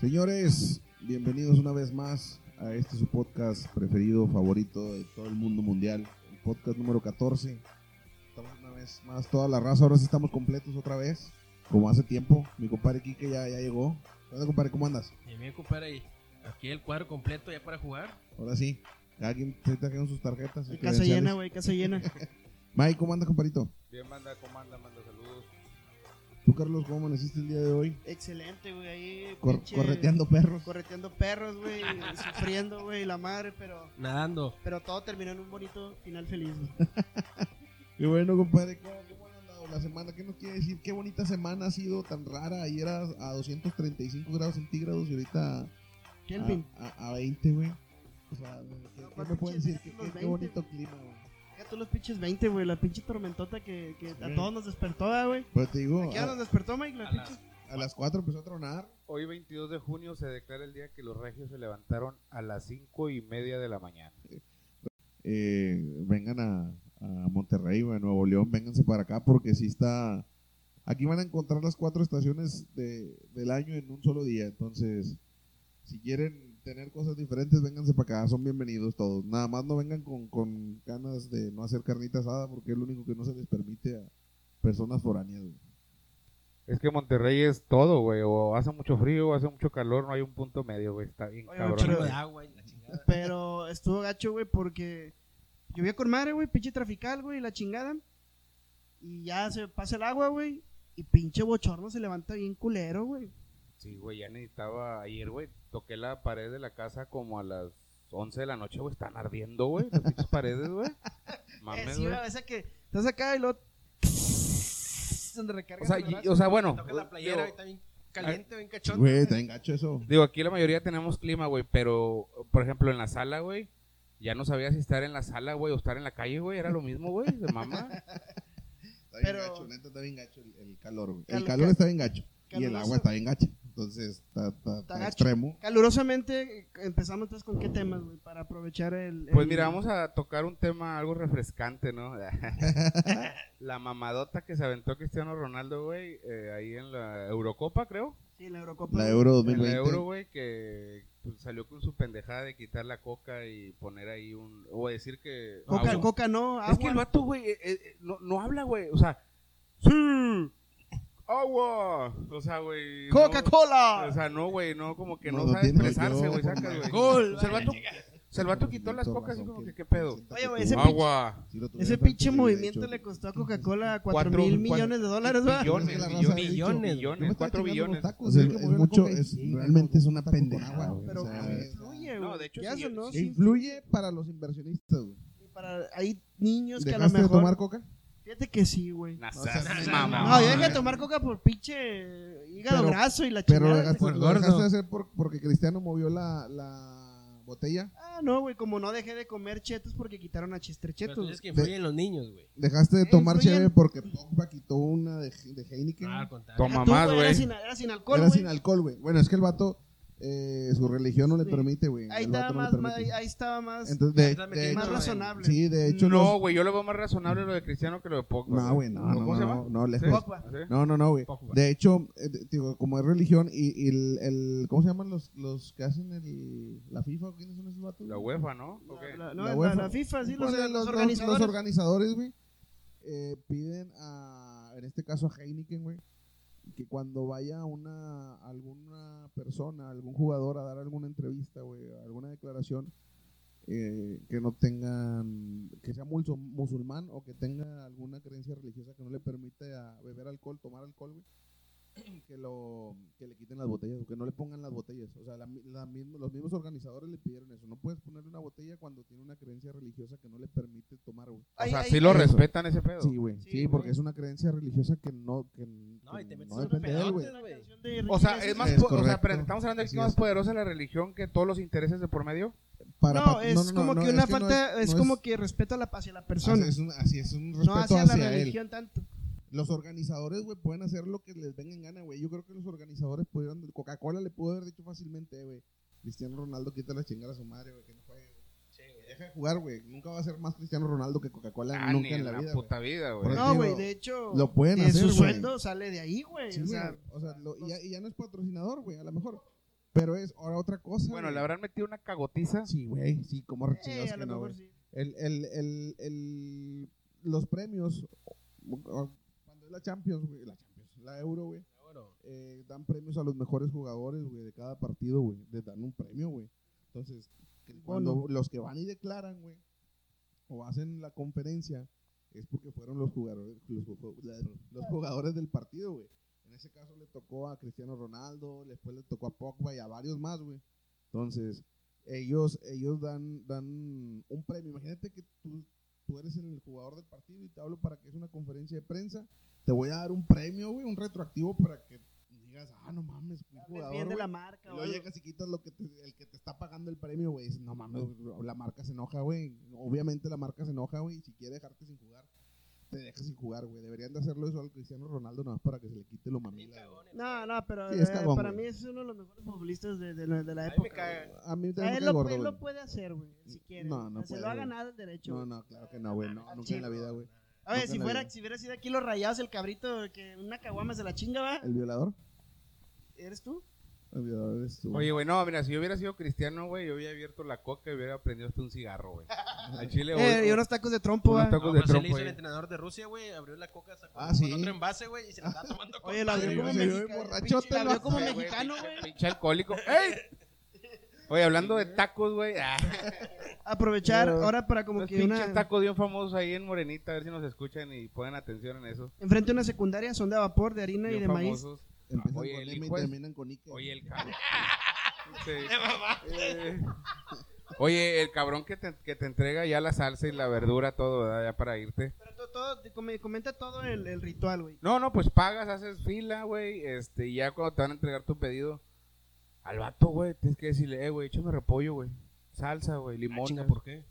Señores, bienvenidos una vez más a este su podcast preferido, favorito de todo el mundo mundial, el podcast número 14. Estamos una vez más, toda la raza, ahora sí estamos completos otra vez, como hace tiempo. Mi compadre Quique ya, ya llegó. ¿Qué onda, compadre? ¿Cómo andas? Y mi compadre, ahí, aquí el cuadro completo ya para jugar. Ahora sí, cada quien se trajeron sus tarjetas. sus Casa credenciales. llena, güey, casa llena. Mike, ¿cómo andas, compadrito? Bien, manda, comanda, manda saludos. Tú, Carlos, ¿cómo amaneciste el día de hoy? Excelente, güey, ahí. Cor- pinche- correteando perros. Correteando perros, güey, sufriendo, güey, la madre, pero, Nadando. pero todo terminó en un bonito final feliz, güey. Qué bueno, compadre. ¿Cómo, cómo han andado la semana? ¿Qué nos quiere decir? Qué bonita semana ha sido tan rara. Ayer era a 235 grados centígrados y ahorita a- Kelvin, a, a 20, güey. O sea, ¿qué, No, qué más me pueden decir? pinches ¿Qué, unos qué- qué 20, bonito clima, güey. ya tú los pinches 20, güey, la pinche tormentota que, que a Sí. todos nos despertó, ah, güey. Pero te digo, ¿A qué hora nos a, despertó, Mike? La A las- pinche... a las 4 empezó a tronar. Hoy 22 de junio se declara el día que los regios se levantaron a las cinco y media de la mañana. Eh, vengan a, a Monterrey, güey, a Nuevo León, vénganse para acá porque sí está... Aquí van a encontrar las cuatro estaciones de- del año en un solo día. Entonces, si quieren tener cosas diferentes, vénganse para acá. Son bienvenidos todos. Nada más no vengan con, con ganas de no hacer carnita asada porque es lo único que no se les permite a personas foráneas. güey. Es que Monterrey es todo, güey. O hace mucho frío, o hace mucho calor, no hay un punto medio, güey. Está bien Oye, cabrón. pero- Chingo güey. de agua y la chingada. Pero estuvo gacho, güey, porque llovía con madre, güey, pinche trafical, güey, la chingada. Y ya se pasa el agua, güey, y pinche bochorno se levanta bien culero, güey. Sí, güey, ya necesitaba ayer, güey. Toqué la pared de la casa como a las 11 de la noche, güey. Están ardiendo, güey. Las pinches paredes, güey. Eh, Mames, sí, güey. güey, esa que estás acá y luego donde O recargas sea, el y- brazo. o sea, bueno. Toca la playera, digo, ahí está bien caliente, bien cachón. Güey, está bien gacho eso. Digo, aquí la mayoría tenemos clima, güey, pero, por ejemplo, en la sala, güey, ya no sabía si estar en la sala, güey, o estar en la calle, güey, era lo mismo, güey, de mamá. Está bien Pero- gacho, neta, está bien gacho el, el calor. güey. El Cal- calor cal- está bien gacho. Y el caluroso. agua está bien gacha. Entonces, está, está- está gacho. extremo. Calurosamente eh, empezamos entonces con qué temas, güey, para aprovechar el, Pues el- mira, vamos a tocar un tema algo refrescante, ¿no? la mamadota que se aventó Cristiano Ronaldo, güey, eh, ahí en la Eurocopa, creo. sí, la Eurocopa. La güey. Euro En 2020. la Euro, güey, que pues, salió con su pendejada de quitar la coca y poner ahí un... O decir que... Coca, agua. Coca no, agua. Ah, Es que el vato, güey, eh, eh, no, no habla, güey. O sea, sí, agua. O sea, güey. no- Coca-Cola. o sea, no, güey, no, como que no, No, no sabe tiene expresarse, yo, güey, saca, porque- güey. Gol, O sea, el vato, o sea, el vato quitó las cocas y como que, ¿qué pedo? Oye, güey, ese Agua. Si lo tuviera Ese enfrente, pinche le hubiera movimiento dicho, le costó a Coca-Cola 4 Cuatro- mil cuatro- millones de dólares, ¿va? "Yo me Billones, estaba billones, chingando billones, unos billones, cuatro billones. tacos, O sea, tenía que es mover la mucho, coca y- es- sí, güey, realmente es una taco con pendejada, agua, güey, Pero o sea, güey, es- influye, No, güey. de hecho, ¿Qué sí, haces, no? e Sí, Influye para los inversionistas, güey. para- hay niños que a lo ¿Dejaste de mejor. tomar coca? Fíjate que sí, güey. Nah, O sea, seas no, mamón. No, yo dejé de tomar coca por pinche hígado Pero- graso y la Pero lo chingada. dejaste, por lo gordo. dejaste de hacer por- porque Cristiano movió la, la botella. Ah, no, güey, como no dejé de comer chetos porque quitaron a Chester Pero Chetos. tú dices que influyen los niños, güey. Dejaste de Eh, tomar influyen. chévere porque Pogba quitó una de, de Heineken. Ah, al contrario. Toma. Deja tú, mamás, Era güey. sin, era sin alcohol, Era güey. sin alcohol, güey. Bueno, es que el vato, eh, su religión no le Sí. permite, güey. Ahí El estaba vato no le más, permite. ahí, ahí estaba más, Entonces, de- Ahí está de metiendo más hecho- en- razonable. sí, de hecho, No, los- güey, yo lo veo más razonable lo de Cristiano que lo de Pogba. No, güey, no, no, ¿eh? ¿Cómo no, se llama? no, no, Sí. ¿eh? lejos. Pogba. ¿Sí? No, no, no, güey. Pogba. De hecho, eh, de- digo, como es religión y, y el, el- ¿cómo se llaman los, los que hacen el, la FIFA? ¿Quiénes son esos vatos? La UEFA, ¿no? ¿O qué? La, la- no, La la- UEFA. la FIFA, sí, los, Bueno, los los, los- organizadores. los organizadores, güey, eh, piden a, en este caso a Heineken, güey, que cuando vaya una, alguna persona, algún jugador a dar alguna entrevista, güey, alguna declaración, eh, que no tengan, que sea mulso- musulmán o que tenga alguna creencia religiosa que no le permite a beber alcohol, tomar alcohol, güey, que, lo, que le quiten las botellas o que no le pongan las botellas. O sea, la mi- la mismo- los mismos organizadores le pidieron eso. No puedes ponerle una botella cuando tiene una creencia religiosa que no le permite tomar, güey. O sea, Ahí- sí ahí- lo Eso. respetan ese pedo. Sí, güey. Sí, Sí, güey. porque es una creencia religiosa que no, que, n- No, y te que metes no unos depende de él, güey. pedotes, güey. de O sea, Ricky es Iglesias. más, Es po- o sea, correcto. pero estamos hablando de que Así es más es. poderosa la religión que todos los intereses de por medio. Para No, pat- es como no, que es una no falta, no es, como que respeto a la, hacia la persona, Así es un, así es un no respeto hacia, hacia, la él. religión tanto. Los organizadores, güey, pueden hacer lo que les venga en gana, güey. Yo creo que los organizadores pudieron. Coca-Cola le pudo haber dicho fácilmente, eh, güey. Cristiano Ronaldo quita la chingada a su madre, güey, que no juegue, güey. Deja de jugar, güey. Nunca va a ser más Cristiano Ronaldo que Coca-Cola, Ah, nunca ni en la, vida. güey. puta vida, Por güey. eso No, digo, güey, de hecho, Lo pueden de hacer, su güey. sueldo sale de ahí, güey. Sí, o sea, güey. o sea, lo- y, ya, y ya no es patrocinador, güey, a lo mejor. Pero es ahora otra cosa. Bueno, güey. le habrán metido una cagotiza. Sí, güey, sí, como eh, chingados a que lo no, mejor güey. sí. El, el, el, el, los premios, o- o- cuando es la Champions, güey, la Champions, la Euro, güey, Oro. eh, dan premios a los mejores jugadores, güey, de cada partido, güey, les dan un premio, güey. Entonces, que cuando los que van y declaran, güey, o hacen la conferencia, es porque fueron los jugadores, los, ju- los jugadores del partido, güey. En ese caso le tocó a Cristiano Ronaldo, después le tocó a Pogba y a varios más, güey. Entonces, ellos, ellos dan, dan un premio. Imagínate que tú, tú eres el jugador del partido y te hablo para que es una conferencia de prensa. Te voy a dar un premio, güey, un retroactivo para que digas, ah, no mames, fui Hables jugador. bien de güey". la Y marca, luego güey. llegas y quitas lo que te- el que te está pagando el premio, güey. Dices, No mames, la marca se enoja, güey. Obviamente la marca se enoja, güey. y Si quiere dejarte sin jugar, te deja sin jugar, güey. Deberían de hacerlo eso al Cristiano Ronaldo, nada más para que se le quite lo mamila. güey. No, no, pero Sí, es eh, cagón, para güey. mí es uno de los mejores futbolistas de, de la- de A la mí me época. caga. güey. A mí O también sea, él, me Eh, lo, gordo, él güey. lo puede hacer, güey, si quiere. No, no O sea, Se puede, lo ha güey. ganado el derecho. No, güey. no, claro que no, güey. No, Ah, nunca en la chido. vida, güey. A ver, nunca si, en la fuera, vida. si hubiera sido aquí los rayados, el cabrito, que una caguama se la chinga, va. ¿El violador? ¿Eres tú? El violador eres tú. Oye, güey, no, mira, si yo hubiera sido cristiano, güey, yo hubiera abierto la coca y hubiera prendido hasta un cigarro, güey. Al chile, güey. Eh, y unos tacos de trompo, Unos va. tacos- No, de pero se trompo, le hizo eh. el entrenador de Rusia, güey. Abrió la coca, sacó Ah, con sí. otro envase, güey, y se la está tomando con Oye, la madre, abrió como güey. Se vio mexicano. borrachote, La abrió ¿no? como Sí, güey, mexicano, pinche- güey. Pinche alcohólico. ¡Ey! Oye, hablando de tacos, güey. ah, Aprovechar Pero- ahora para como unos que pinches una... tacos bien famosos ahí en Morenita, a ver si nos escuchan y ponen atención en eso. Enfrente de una secundaria son de vapor, de harina y Bien de maíz. famosos. Empiezan Oye, con el M y hijo es- terminan con Ike. Oye, el cabrón. Sí. Eh, Oye, el cabrón que te, que te entrega ya la salsa y la verdura, todo, ¿verdad? Ya para irte. Pero todo, todo- te come- comenta todo el, el ritual, güey. No, no, pues pagas, haces fila, güey. Este, y ya cuando te van a entregar tu pedido, al vato, güey, tienes que decirle, eh, güey, échame repollo, güey. Salsa, güey, Ah, limón. chinga, güey, ¿por qué?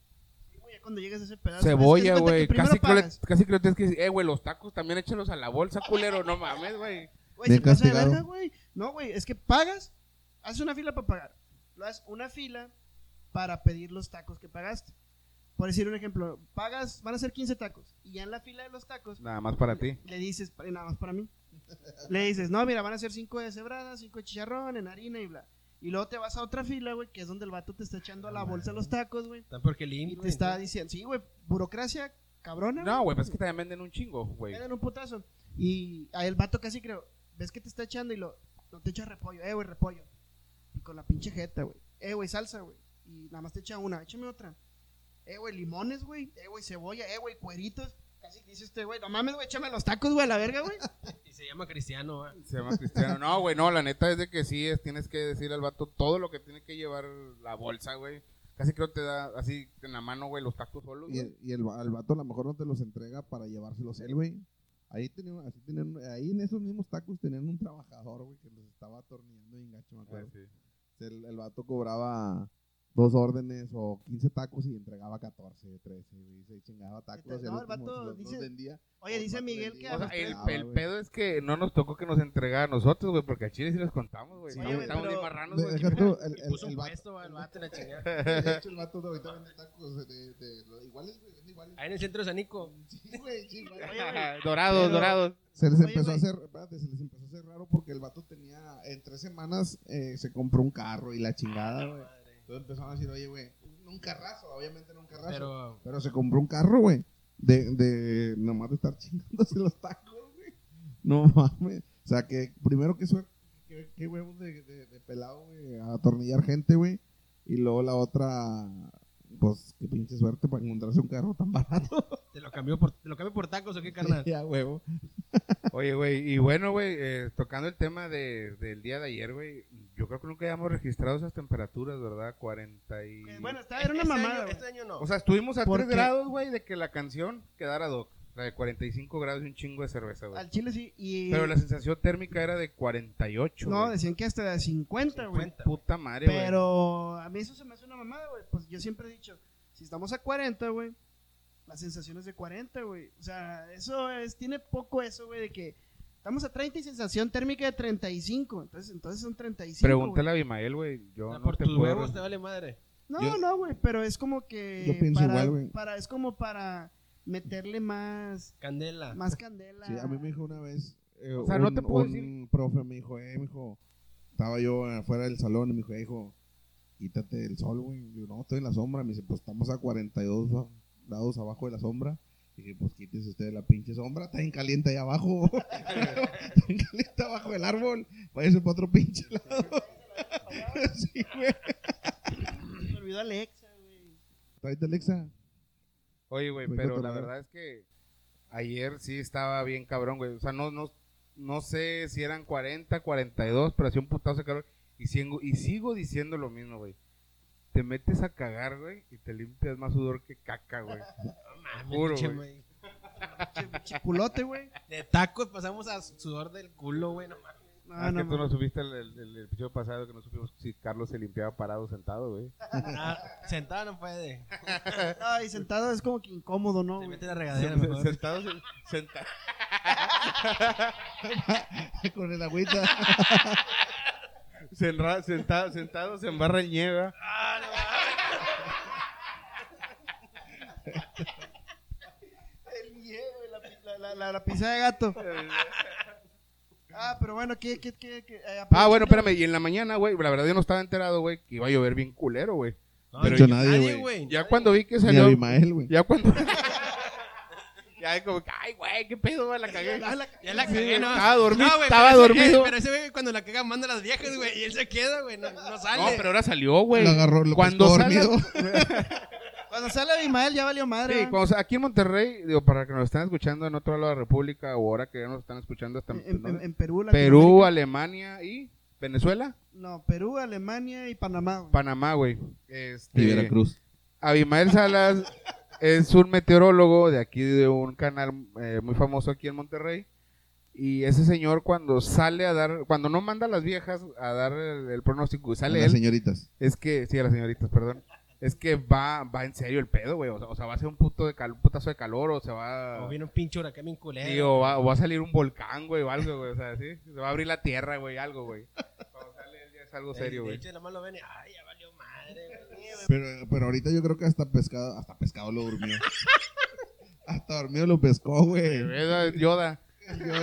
Oye, Cuando llegas a ese pedazo. es que Cebolla, haz de cuenta que güey. primero Casi, que le- pagas. casi que le tienes que decir, eh, güey, los tacos también échalos a la bolsa, culero. No mames, güey. Güey, se Bien pasa de castigado. verga, güey. No, güey, es que pagas, haces una fila para pagar. Lo haces una fila para pedir los tacos que pagaste. Por decir un ejemplo, pagas, van a ser 15 tacos. Y ya en la fila de los tacos, Nada más para ti. le dices, "Pa- nada más para mí. Le dices, no, mira, van a ser 5 de cebrada, 5 de chicharrón, en harina y bla. Y luego te vas a otra fila, güey, que es donde el vato te está echando a la bolsa los tacos, güey. Tan porque Y limpio. te está diciendo, sí, güey, burocracia cabrona. güey". No, güey, pero es que también venden un chingo, güey. Le dan un putazo. Y ahí el vato casi creo, ves que te está echando y lo, no te echa repollo, eh, güey, repollo. Y con la pinche jeta, güey. Eh, güey, salsa, güey. Y nada más te echa una, échame otra. Eh, güey, limones, güey. Eh, güey, cebolla. Eh, güey, cueritos. Casi que dice este, güey, no mames, güey, échame los tacos, güey, a la verga, güey. Y se llama Cristiano, va. Se llama Cristiano. No, güey, no, la neta es de que sí, es, tienes que decir al vato todo lo que tiene que llevar la bolsa, güey. Casi creo te da así en la mano, güey, los tacos solos. Y, güey. el, y el va- al vato a lo mejor no te los entrega para llevárselos él, güey. Ahí, tenían, así tenían, ahí en esos mismos tacos tenían un trabajador, güey, que los estaba atornillando bien gacho, me Ah, Ah, acuerdo. El, el vato cobraba dos órdenes o 15 tacos y entregaba 14, 13, güey, se chingaba tacos. Neta, y al no, el último vato se los- los dice- vendía. Oye, dice Miguel que... O Oh, O sea, a- el, Ah, el güey. pedo es que no nos tocó que nos entregara a nosotros, güey, porque a Chile sí los contamos, güey. Sí, Estamos- güey, estamos pero- bien marranos, De- güey. deja tú, el, Y el- puso el un vato- puesto, va, el vato en la chingada. de hecho, el vato de ahorita vende tacos de, de- de- iguales, güey, vende iguales. Ahí en el centro de Sanico. Sí, güey, sí, güey. Oye, güey. dorados, Pero- dorados. Se les Oye, empezó a güey. hacer, espérate, se les empezó a hacer raro porque el vato tenía, en tres semanas eh, se compró un carro y la chingada, güey. Entonces empezaron a decir, oye, güey, un carrazo, obviamente era un carrazo. Pero, Pero se compró un carro, güey, de, de nomás de estar chingándose los tacos, güey. No mames. O sea, que primero que suerte, qué, qué huevos de, de- de pelado, güey, a atornillar gente, güey. Y luego la otra, pues, qué pinche suerte para encontrarse un carro tan barato. te lo cambió por, te lo cambió por tacos o qué carnal. ya, huevo. Oye, güey, y bueno, güey, eh, tocando el tema de, del día de ayer, güey, yo creo que nunca habíamos registrado esas temperaturas, ¿verdad? 40 y... que, Bueno, está, era una Este mamada, año- güey. Este año no. O sea, estuvimos a ¿Por 3 qué? grados, güey, de que la canción quedara doc. La de 45 grados y un chingo de cerveza, güey. Al chile sí. Y... Pero la sensación térmica era de 48. No, güey. decían que hasta de 50, güey. 50, güey. Puta madre, güey. Pero a mí eso se me hace una mamada, güey. Pues yo siempre he dicho, si estamos a 40, güey, las sensaciones de 40, güey. O sea, eso es, tiene poco eso, güey, de que estamos a 30 y sensación térmica de 35. Entonces, entonces son 35. Pregúntale a Bimael, güey. Yo Ah, no por te tus puedo. huevos te vale madre. No, Yo- no, güey, pero es como que. Yo pienso para, igual, güey. para- Es como para meterle más. Candela. Más candela. Sí, a mí me dijo una vez. eh, O sea, no un- te puedo un decir- profe me dijo, eh, me dijo, estaba yo afuera del salón y me dijo, eh, hijo, quítate del sol, güey. Le digo, no, estoy en la sombra. Me dice, pues estamos a 42 ba- grados abajo de la sombra. Y dije, pues quítese usted de la pinche sombra, está bien caliente ahí abajo. está bien caliente abajo del árbol. Váyase para otro pinche lado. sí, güey. Me olvidó Alexa, güey. Tráete Alexa. Oye, güey, Voy a pero la cotorrear. verdad es que ayer sí estaba bien cabrón, güey. O sea, no, no, no sé si eran 40, 42, pero hacía un putazo de calor. Y sigo, y sigo diciendo lo mismo, güey. Te metes a cagar, güey, y te limpias más sudor que caca, güey. Mames, Juro, pinche, güey. güey. Chiculote, güey. De tacos pasamos a sudor del culo, güey. No mames. No, Ah, que no, tú no. no subiste el, el- el episodio pasado que no supimos si Carlos se limpiaba parado o sentado, güey. Ah, sentado no puede. Ay, sentado es como que incómodo, ¿no? Se güey? mete la regadera mejor. Sentado, se- senta- Con el agüita. se enra- sentado, sentado se embarra en nieve. El miedo, la, pi- la, la, la, la pizza de gato. Ah, pero bueno, ¿qué, qué, qué? qué? Eh, Ah, bueno, espérame, y en la mañana, güey, la verdad yo no estaba enterado, güey, que iba a llover bien culero, güey. No, Pero yo- yo nadie, güey. Ya cuando vi que Ni salió. Abimael, güey. Ya cuando. ya como que, ay, güey, qué pedo, güey, la cagué. Ah, la- Ya la Sí, cagué, no. estaba dormido, No, güey, estaba pero ese- dormido. eh, pero ese güey cuando la caga manda a las viejas, güey. Y él se queda, güey. No, no sale. No, pero ahora salió, güey. Lo agarró, lo Cuando acostó salga- dormido. Cuando sale Abimael ya valió madre. Sí, ¿verdad? cuando- aquí en Monterrey, digo, para que nos están escuchando en otro lado de la República o ahora que ya nos están escuchando hasta En, en- ¿dónde? en Perú, Perú, Alemania y Venezuela, Latinoamérica. No, Perú, Alemania y Panamá. güey. Panamá, güey. Este, Y Veracruz. Abimael Salas es un meteorólogo de aquí, de un canal eh, muy famoso aquí en Monterrey. Y ese señor cuando sale a dar, cuando no manda a las viejas a dar el, el pronóstico y sale Las él, señoritas. es que, sí, a las señoritas, perdón, es que va, va en serio el pedo, güey. O sea, o sea, va a ser un puto de cal- un putazo de calor o se va... O viene un pinche huracán bien culero. sí, oh, o va, o va a salir un volcán, güey, o algo, güey. O sea, sí, se va a abrir la tierra, güey, algo, güey. Cuando sale él ya es algo Eh, serio, De güey. hecho, nada más lo ven y, ay, ya valió madre, güey. Pero, pero ahorita yo creo que hasta pescado, hasta pescado lo durmió. hasta dormido lo pescó, güey. Eh, Yoda. Yo,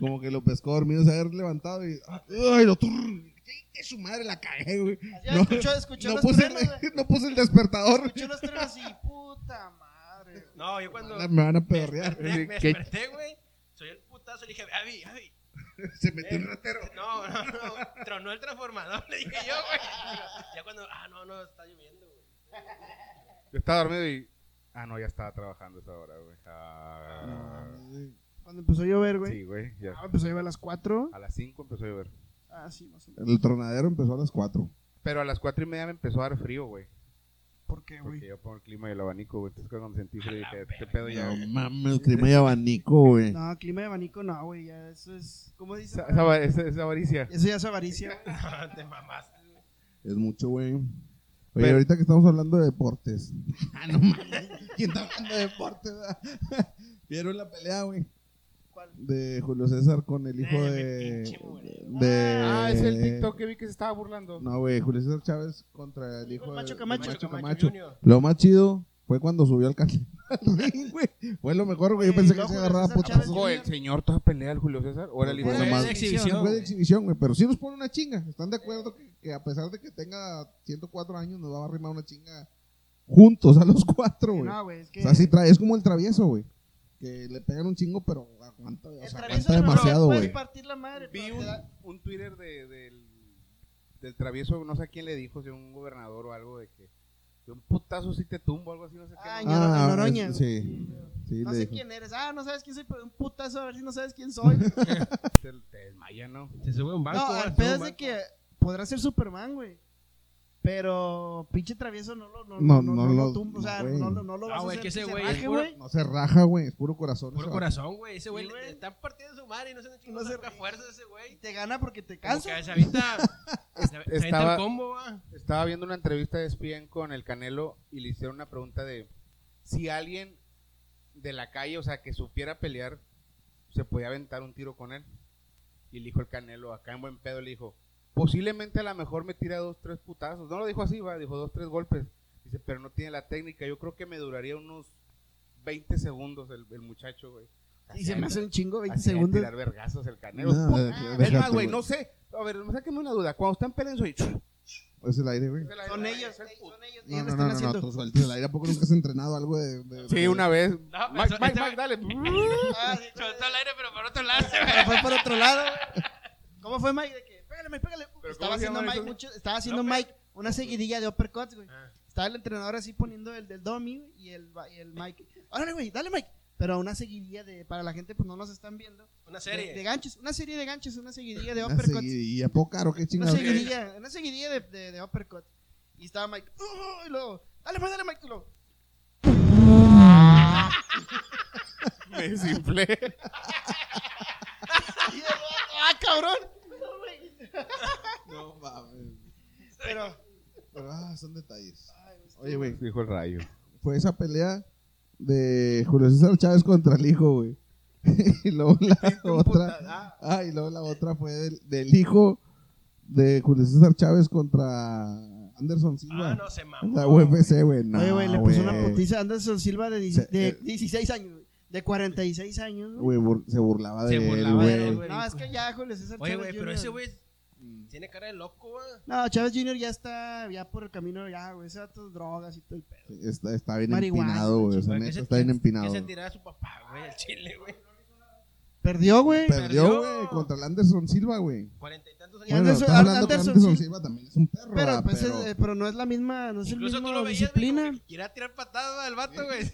Como que lo pescó dormido, se había levantado y. ¡Ay, lo turr! ¡Qué su madre la cagué, güey! Ya No, escuchó, escuchó No los puse, truenos, güey. el, no puse el despertador. Escuchó los truenos y puta madre. güey. No, yo cuando Ah, Me van a me pedorrear. desperté, me ¿Qué? desperté, güey, soy el putazo, le dije, Avi, Avi. Se metió eh, un ratero. No, no, no, tronó el transformador, le dije yo, güey. Ya cuando, ah, no, no, está lloviendo, güey. Yo estaba dormido y. Ah, no, ya estaba trabajando esa hora, güey. Ah, Cuando empezó a llover, güey. sí, güey. ya. Ah, empezó a llover a las 4. Ah. A las 5 empezó a llover. Ah, sí, más o menos. El tronadero empezó a las 4. Pero a las 4 y media me empezó a dar frío, güey. ¿Por qué, Porque güey? yo pongo el clima y el abanico, güey. Entonces cuando me sentí frío A la dije, ¿qué verga. pedo Ah, ya? güey? mames, clima y abanico, güey. No, clima de abanico no, güey. Ya eso es. ¿Cómo dice? Esa, esa- esa- esa avaricia. Eso ya es avaricia, güey. No, te mamaste, güey. Es mucho, güey. Oye, Pero- ahorita que estamos hablando de deportes. ah, no mames. ¿Quién está hablando de deportes? verdad? ¿Vieron la pelea, güey? ¿Cuál? De Julio César con el hijo Eh, de. pinche moreno. de- Ah, es el TikTok que vi que se estaba burlando. No, güey, Julio César Chávez contra el hijo El Macho de Camacho. el Macho Camacho Camacho. Junior. Lo más chido fue cuando subió al canal al ring, güey. Fue lo mejor, güey. Yo Güey, pensé que luego se Julio agarraba César putas. Chávez Ojo, pues, el señor toda pelea del Julio César. Ahora el hijo Era de- Pues, nomás- Fue de exhibición, Fue de güey. exhibición, güey. Pero sí nos pone una chinga. ¿Están de acuerdo que, que a pesar de que tenga 104 años, nos va a arrimar una chinga juntos a los cuatro, güey? No, güey, es que. O sea, sí trae, es como el travieso, güey. Que le pegan un chingo, pero aguanta, o el sea, aguanta travieso no, no, demasiado, Puedes güey. partir la madre, Vi pero un, te da- un Twitter de- del, del travieso, no sé a quién le dijo, si a un gobernador o algo, de que de un putazo si te tumbo, algo así, no sé qué. Ah, no- en Noroña, Noroña. es- sí. Sí, No le sé dijo. quién eres. Ah, no sabes quién soy, pero un putazo a ver si no sabes quién soy. te, te desmaya, ¿no? Se sube un banco, no, güey, al se sube pedo un es de banco. que podrá ser Superman, güey. Pero pinche travieso no lo no, No, no, no no lo lo- tumba, o sea, güey. no, lo- no lo Ah, vas güey, a hacer que ese se güey raje, es puro- No se raja, güey. Es puro corazón. Puro ese corazón, güey. Ese güey Sí, le, güey. le están partiendo su madre y no se No no se saca ríe. fuerza ese güey. Te gana porque te Como que cansa. se avienta, se avienta estaba- el combo, va. E Estaba viendo una entrevista de ESPN con el Canelo y le hicieron una pregunta de si alguien de la calle, o sea, que supiera pelear, se podía aventar un tiro con él. Y le dijo el Canelo, acá en buen pedo, le dijo, posiblemente a lo mejor me tira dos, tres putazos. No lo dijo así, va, dijo dos, tres golpes. Dice, pero no tiene la técnica. Yo creo que me duraría unos 20 segundos el, el muchacho, güey. Y se me hace un chingo 20 Así de segundos. tirar vergazos el Canelo. No, eh, Pum. déjate, es más, güey, güey. no sé. A ver, sáquenme una duda. Cuando están peleando, soy... Es el aire, güey. Son ellos, el güey, puto. son ellos. No, Ellos lo no, están no, no, haciendo. no, tú suelta el aire. ¿A poco nunca has entrenado algo de...? de- Sí, de- una vez. pero Mike, eso- Mike, este- Mike, dale. Ah, sí, Soltó el aire, pero por otro lado. se Pero fue por otro lado. ¿Cómo fue Mike? De que, pégale, Mike, pégale. ¿Pero Estaba cómo se haciendo, llaman Mike esos? mucho- estaba haciendo ¿López? Mike una seguidilla de uppercuts, güey. Ah. ve. Estaba el entrenador así poniendo el del dummy güey, y el, va- y el Mike. Órale, güey, dale, Mike. Pero una seguidilla de, para la gente, pues no nos están viendo. Una De, de serie. ganchos, una serie de ganchos, una seguidilla de Una uppercuts. seguidilla, ¿Y a poco caro? ¿Qué Una chingados? seguidilla, una seguidilla de, de, de uppercut. Y estaba Mike, ¡uh! y luego, dale, Mike, dale, Mike, y luego, Me desinflé. y luego, ¡ah, cabrón! No, güey. No, mames. Pero, Pero, ah, son detalles. ay, güey, Oye, güey, Dijo el rayo. fue esa pelea de Julio César Chávez contra el hijo, güey. y luego la otra... Ah, y luego la otra fue del, del hijo de Julio César Chávez contra Anderson Silva. Ah, no, se mamó. La UFC, güey. No, Oye, güey, le puso una güey. putiza a Anderson Silva de, dieci- Se- de eh. 16 años, güey. De 46 años, Güey, güey. bur- se burlaba de Se él, burlaba de él, güey. güey. No, es que ya, Julio César Oye, Chávez güey, pero Jr., ese güey tiene cara de loco, güey. No, Chávez Jr. ya está, ya por el camino, ya, güey. Ese dato drogas y todo el pedo. Sí, Mm, Está, está bien Marihuana, empinado, güey. o sea, Oye, neta, ¿qué se- está bien qué- empinado. ¿Qué se güey. tiraba su papá, güey? El chile, güey. Perdió, güey. Perdió, Perdió. güey, contra el Anderson Silva, güey. Cuarenta y tantos años. Y Bueno, Anderson- estás hablando que Anderson Anderson Sil- Silva también es un perro, Pero, ah, pues, pero- eh, pero no es la misma, no es el Incluso tú mismo lo veías, güey, disciplina. como que quería tirar patadas al vato, güey.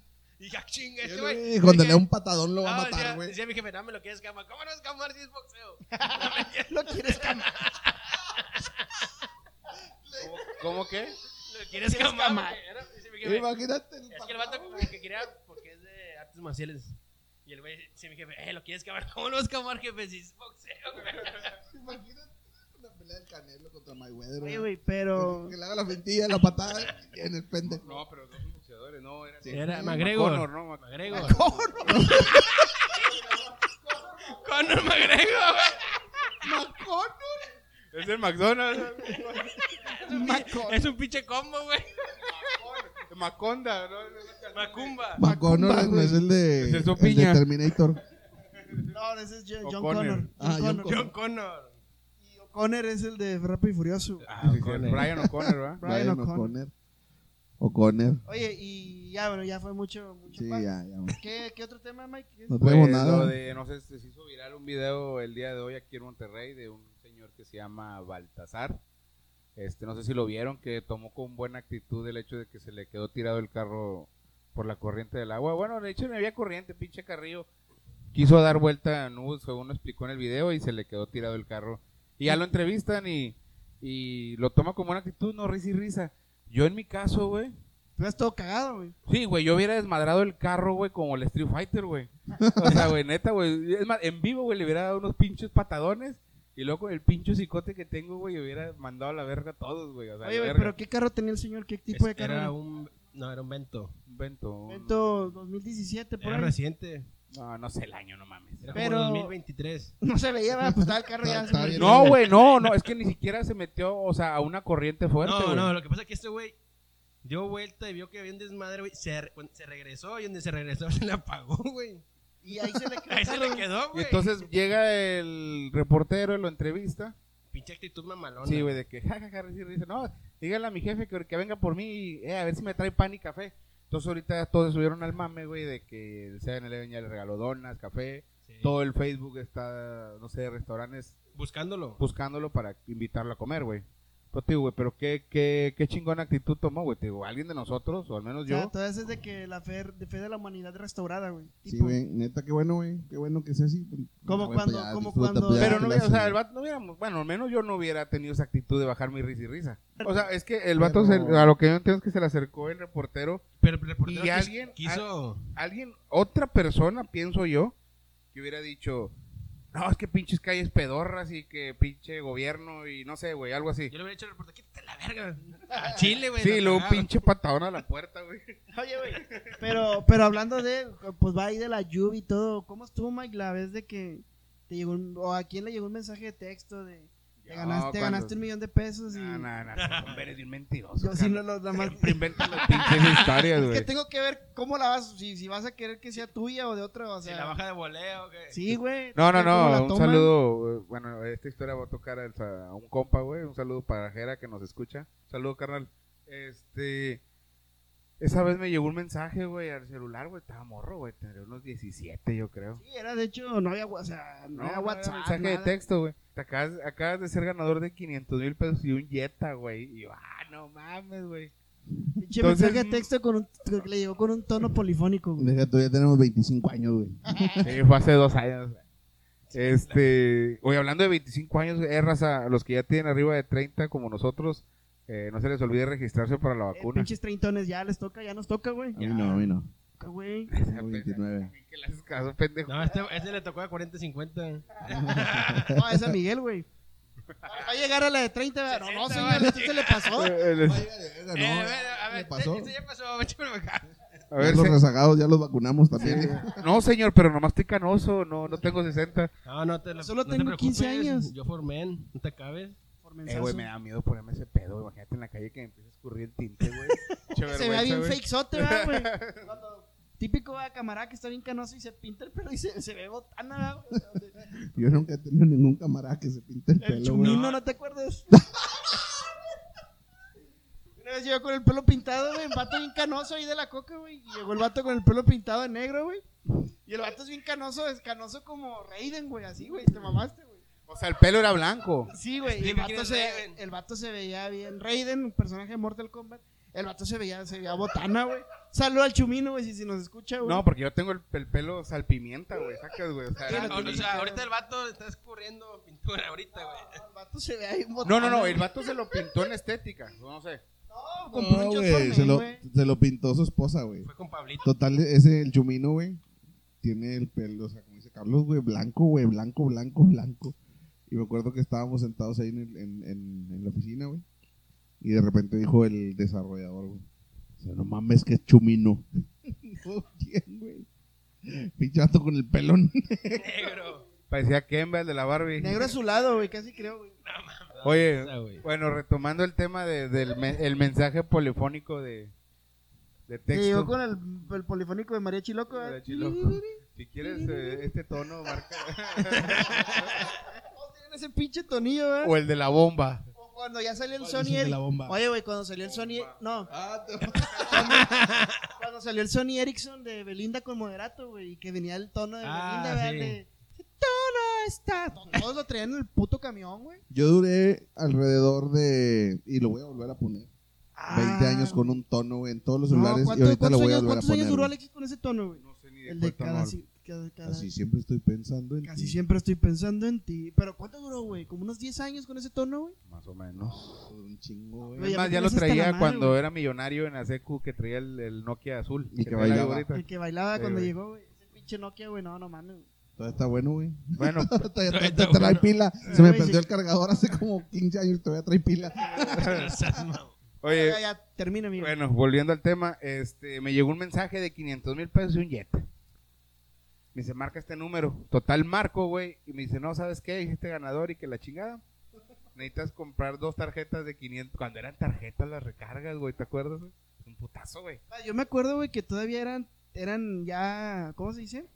y ya chinga este, güey. Sí, cuando Dije, le da un patadón lo va no, a matar, decía- güey. Decía mi jefe, no me lo quieres cama. ¿Cómo no es camar si es boxeo? Lo quieres camar. ¿Cómo qué? ¿Lo quieres camar? camar. güey? Era- dice mi jefe, Imagínate. el Es que el vato patadón, como que quería, porque es de artes marciales. Y el güey, dice mi jefe, eh, ¿lo quieres camar? ¿Cómo no vas a camar, jefe, si es boxeo, güey? Imagínate una pelea del Canelo contra Mayweather, Oye, güey. güey, pero. Que le haga la mentira, la patada en el pendejo. No, pero no son boxeadores, no. Era, Era McGregor. Conor, no, Mac- McGregor. Conor McGregor, güey. Es el McDonald's. Es un pinche combo, güey. Maconda, ¿no? Macumba. Macono Macumba, no es el de, Es el el de Sopiña. Terminator. No, ese es Jo- O John Conner. Connor. John Ah, John Connor. Conner. John Conor. Y O'Connor es el de Rápido y Furioso. Ah, O'Connor. Brian O'Connor, ¿verdad? Brian Brian O'Connor. O'Connor. O'Connor. Oye, y ya, bueno, ya fue mucho. mucho Sí, pa- ya, ya. güey. ¿Qué, qué otro tema, Mike? ¿Qué- No traemos Pues, nada. lo de, no sé, se hizo viral un video el día de hoy aquí en Monterrey de un señor que se llama Baltasar. Este, no sé si lo vieron, que tomó con buena actitud el hecho de que se le quedó tirado el carro por la corriente del agua. Bueno, de hecho no había corriente, pinche carrillo. Quiso dar vuelta a nubes, según lo explicó en el video, y se le quedó tirado el carro. Y ya lo entrevistan y, y lo toma con buena actitud, no risa y risa. Yo en mi caso, güey, Tú has todo cagado, güey. Sí, güey, yo hubiera desmadrado el carro, güey, como el Street Fighter, güey. O sea, güey, neta, güey. Es más, en vivo, güey, le hubiera dado unos pinches patadones. Y luego con el pinche psicote que tengo, güey, hubiera mandado a la verga a todos, güey. O sea, Oye, la güey, verga. pero ¿qué carro tenía el señor? ¿Qué tipo de carro? Era Era un... No, era un vento. Un vento. un- Momento 2017, por Era ahí. reciente. No, no sé el año, no mames. Era Pero- como 2023. No se veía, ¿verdad? pues estaba el carro Está- ya. está bien. No, güey, no, no. Es que ni siquiera se metió, o sea, a una corriente fuerte, no, güey. no, lo que pasa es que este güey dio vuelta y vio que había un desmadre, güey. Se, re- cuando se regresó y donde se regresó se le apagó, güey. Y ahí se le quedó. Ahí el se carro, le güey. quedó, Y güey. entonces llega el reportero y lo entrevista. Pinche actitud mamalona. Sí, güey, de que jajaja, risa y risa. No, dígale a mi jefe que, que venga por mí y eh, a ver si me trae pan y café. Entonces ahorita todos subieron al mame, güey, de que el 7-Eleven ya le regaló donas, café. Sí. Todo el Facebook está, no sé, de restaurantes Buscándolo. buscándolo para invitarlo a comer, güey. Pero, te digo, güey, pero qué, qué, qué chingona actitud tomó, güey. Te digo, alguien de nosotros, o al menos O sea, yo. todo eso es de que la fe de, fe de la humanidad restaurada, güey. Sí, Tipo, güey, neta, qué bueno, güey. Qué bueno que sea así. Como Ah, güey, cuando- pues ya, como disfruta, cuando- pues ya, Pero no, que hubiera- o la- sea, el vato no hubiéramos, bueno, al menos yo no hubiera tenido esa actitud de bajar mi risa y risa. O sea, es que el vato, se- Pero- a lo que yo entiendo es que se le acercó el reportero Pero el reportero Y quis- alguien- Ah, quiso... alguien, otra persona, pienso yo, que hubiera dicho, No, es que pinches calles pedorras y que pinche gobierno y no sé, güey, algo así. Yo le hubiera hecho el reporte, quítate la verga. A Chile, güey. Sí, la luego un cagaba. pinche patadón a la puerta, güey. Oye, güey. Pero, pero hablando de, pues va ahí de la lluvia y todo. ¿Cómo estuvo, Mike, la vez de que te llegó un- o a quién le llegó un mensaje de texto de te No, ganaste, te cuando- ganaste un millón de pesos y No, no, no, hombre, eres bien mentiroso. yo sí carnal. no lo nada más. Siempre inventas las pinches historias, Es que güey. tengo que ver cómo la vas, si, si vas a querer que sea tuya o de otra, o Si sea. la baja de voleo, güey. Sí, güey. No, tengo que no, ver cómo la no, un toman. saludo. eh, Bueno, esta historia va a tocar al- a un compa, güey. Un saludo para Jera que nos escucha. Un saludo, carnal. Este. Esa vez me llegó un mensaje, güey, al celular, güey. Estaba morro, güey. Tendría unos 17, yo creo. Sí, era de hecho, no había, o sea, no, no había era WhatsApp. mensaje de nada. texto, güey. Te acabas, acabas de ser ganador de 500 mil pesos y un Jetta, güey. Y yo, ah, no mames, güey. Pinche Entonces- mensaje de texto con un, que le llegó con un tono polifónico, güey. Deja, todavía tenemos 25 años, güey. Sí, fue hace dos años. Este, hoy hablando de 25 años, eh, raza, a los que ya tienen arriba de 30 como nosotros, eh, no se les olvide registrarse para la Eh, vacuna. pinches treintones, ya les toca, ya nos toca, güey. A mí no, a mí no. Toca, güey. Yo Tengo Eh, 29. Que le haces caso, pendejo. No, este, este le tocó a 40-50. No, es a Miguel, güey. Va a llegar a la de 30, ¿verdad? no, no, 60, señor, vale, esto se le pasó. Eh, les- Eh, a ver, a ver, ¿Qué pasó? Eso ya pasó, échamelo acá. a Ya ver, los se- rezagados ya los vacunamos también. no, señor, pero nomás estoy canoso, no, no tengo 60. No, no te lo Solo no te tengo 15 preocupes, años. Yo formé, no te acabes. Por Eh, mensazo. güey, me da miedo ponerme ese pedo. Imagínate en la calle que me empiece a escurrir el tinte, güey. Che se vergüenza, ve bien güey. fakesote, ¿verdad, güey. Cuando- Típico va camarada que está bien canoso y se pinta el pelo y se, se ve botana, ¿verdad, güey. Yo nunca he tenido ningún camarada que se pinte el El pelo, güey. chumino, ¿no te acuerdas? Una vez llegó con el pelo pintado, güey, un vato bien canoso ahí de la coca, güey. Y llegó el vato con el pelo pintado de negro, güey. Y el vato es bien canoso, es canoso como Raiden, güey, así, güey, te mamaste, güey. O sea, el pelo era blanco. Sí, güey. y El, Explica quién vato es se- Raiden. el vato se veía bien. Raiden, un personaje de Mortal Kombat. El vato se veía, se veía botana, güey. Saludo al chumino, güey, si, si nos escucha, güey. No, porque yo tengo el, el pelo salpimienta, güey. Sacas, güey. O sea, era- O sea, ahorita el vato está escurriendo pintura, ahorita, güey. El vato se veía bien botana. No, no, no, güey. el vato se lo pintó en estética, no sé. No, compró No, un güey. John Cornette, Se lo, güey. se lo pintó su esposa, güey. Fue con Pablito. Total, ese, el chumino, güey, tiene el pelo, o sea, como dice Carlos, güey, blanco, güey, blanco, blanco, blanco. Y me acuerdo que estábamos sentados ahí en, el- en- en- en la oficina, güey. Y de repente dijo el desarrollador, güey. O sea, no mames que es chumino. no, ¿quién, güey? Pinche vato con el pelón. Negro. Parecía Kemba, el de la Barbie. Negro a su lado, güey, casi creo, güey. Oye, Esa, güey. bueno, retomando el tema de- del me- el mensaje polifónico de, de Que llegó texto. con el, el polifónico de María Chiloco. ¿verdad? Mariachi Loco. Si quieres eh, este tono, marca. Todos tienen ese pinche tonillo, ¿verdad? o el de la bomba. O cuando ya salió el ¿Cuál es Sony el de Eric- la bomba? Oye, güey, cuando salió el Sony. No, Ah, te- cuando salió el Sony Ericsson de Belinda con Moderato, güey, y que venía el tono de Ah, Belinda, ¿verdad? sí. De, "Ese tono está. Todos lo traían en el puto camión, güey. Yo duré alrededor de, y lo voy a volver a poner, 20 Ah. años con un tono, güey, en todos los Ah. No, celulares. y ¿cuánto- ahorita lo cuántos voy a años- volver a ¿Cuántos poner. años duró güey. Alexis con ese tono, güey? No sé ni El de cada. si- cada- cada- Así siempre estoy pensando en Casi ti. siempre estoy pensando en ti. Pero ¿cuánto duró, güey? ¿Como unos 10 años con ese tono, güey? Más o menos. Un chingo, güey. Oye, Es más, me ya lo tienes hasta la traía madre, cuando güey. era millonario en la secu que traía el, el Nokia azul. Y que trae la bailaba. gorrita. El que bailaba Sí, cuando güey. llegó, güey. Ese pinche Nokia, güey. No, no mames. güey. Todavía está bueno, güey. Bueno, Todavía Todavía todavía está trae bueno. pila. Se me güey, sí. perdió el cargador hace como 15 años y todavía trae pila. No seas mamón. oye, Ya, ya, termina, amigo. Bueno, volviendo al tema, este, me llegó un mensaje de 500 mil pesos y un jet. Me dice, marca este número. Total marco, güey. Y me dice, no, ¿sabes qué? Dijiste ganador y que la chingada. Necesitas comprar dos tarjetas de 500. Cuando eran tarjetas las recargas, güey, ¿te acuerdas? güey? Un putazo, güey. Ah, Yo me acuerdo, güey, que todavía eran, eran ya, ¿cómo se dice?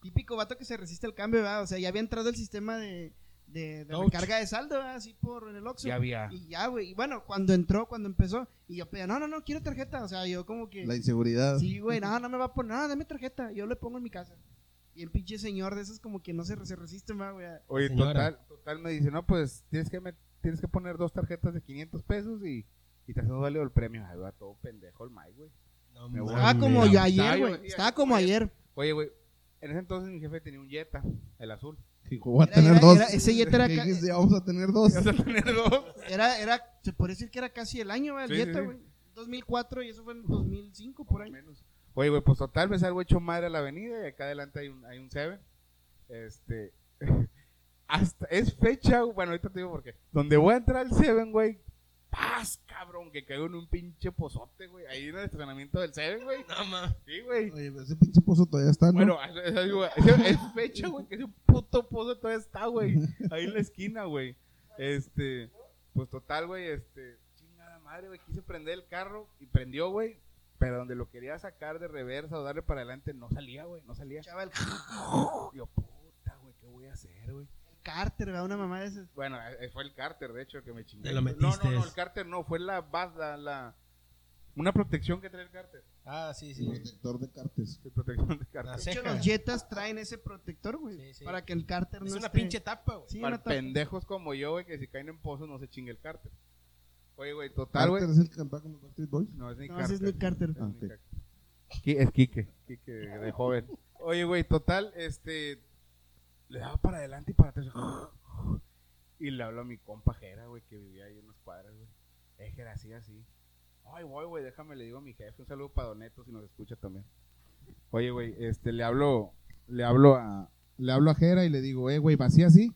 Típico vato que se resiste al cambio, ¿verdad? O sea, ya había entrado el sistema de, de, de Ouch. recarga de saldo, ¿verdad? Así por en el Oxxo. Ya había. Y ya, güey. Y bueno, cuando entró, cuando empezó, y yo pedía, no, no, no, quiero tarjeta. O sea, yo como que... La inseguridad. Sí, güey, no, no me va a poner nada, dame tarjeta, yo le pongo en mi casa. Y el pinche señor de esos como que no se, se resiste más, güey. a- Oye, Señora. total, total me dice, no, pues tienes que, met- tienes que poner dos tarjetas de 500 pesos y, y te hacemos válido el premio. Ay, va todo pendejo el Mike, güey. No, Me voy. mames. Ah, Estaba como yo Estaba ayer, yo güey. ayer. Estaba como ayer. Oye, güey, en ese entonces mi jefe tenía un Jetta, el azul. Dijo, voy a Era- tener era- dos. era- ese jet era Que ca- dijiste, vamos a tener dos. ¿Vas a tener dos? Era, era, se puede decir que era casi el año, güey, el Sí, sí, Jetta, sí. güey. 2004 y eso fue en 2005, por ahí. Menos. Oye, güey, pues total, me salgo hecho madre a la avenida y acá adelante hay un, hay un Seven. Este, Hasta es fecha, bueno, ahorita te digo por qué. Donde voy a entrar al Seven, güey. Paz, cabrón, que caigo en un pinche pozote, güey. Ahí en el estacionamiento del Seven, güey. No mames. Sí, güey. Oye, pero ese pinche pozo todavía está, Ah, ¿no? Bueno, es, es algo- es- es fecha, güey, que ese puto pozo todavía está, güey. Ahí en la esquina, güey. Este, pues total, güey, este, chingada madre, güey, quise prender el carro y prendió, güey. Pero donde lo quería sacar de reversa o darle para adelante, no salía, güey, no salía. Echaba el, Yo, puta, güey, ¿qué voy a hacer, güey? el cárter, ¿verdad? Una mamá de esas. Bueno, eh, fue el cárter, de hecho, el que me chingué. Te lo No, no, metiste. no, el cárter no, fue la banda, la... Una protección que trae el cárter. Ah, sí, sí. Protector de cartes. Sí, protección de cárter. Ah, De hecho, Ceja. los jetas traen ese protector, güey. Sí, sí. Para que el cárter no Es una esté- pinche tapa, güey. Sí, Para una tapa. pendejos como yo, güey, que si caen en pozos no se chingue el cárter. Oye, güey, total, güey. Carter es el que cantaba con los Backstreet Boys. No, es ni No, ese es Nick Carter. Es, Nick Ah, Carter. Qui- es Quique. Quique, Ah. de joven. Oye, güey, total, este. Le daba para adelante y para atrás. Y le hablo a mi compa Jera, güey, que vivía ahí en las cuadras, güey. Eh, Jera, así, así. Ay, voy, güey, déjame, le digo a mi jefe. Un saludo para Doneto si nos escucha también. Oye, güey, este, le hablo. Le hablo a. Le hablo a Jera y le digo, eh, güey, vacía así.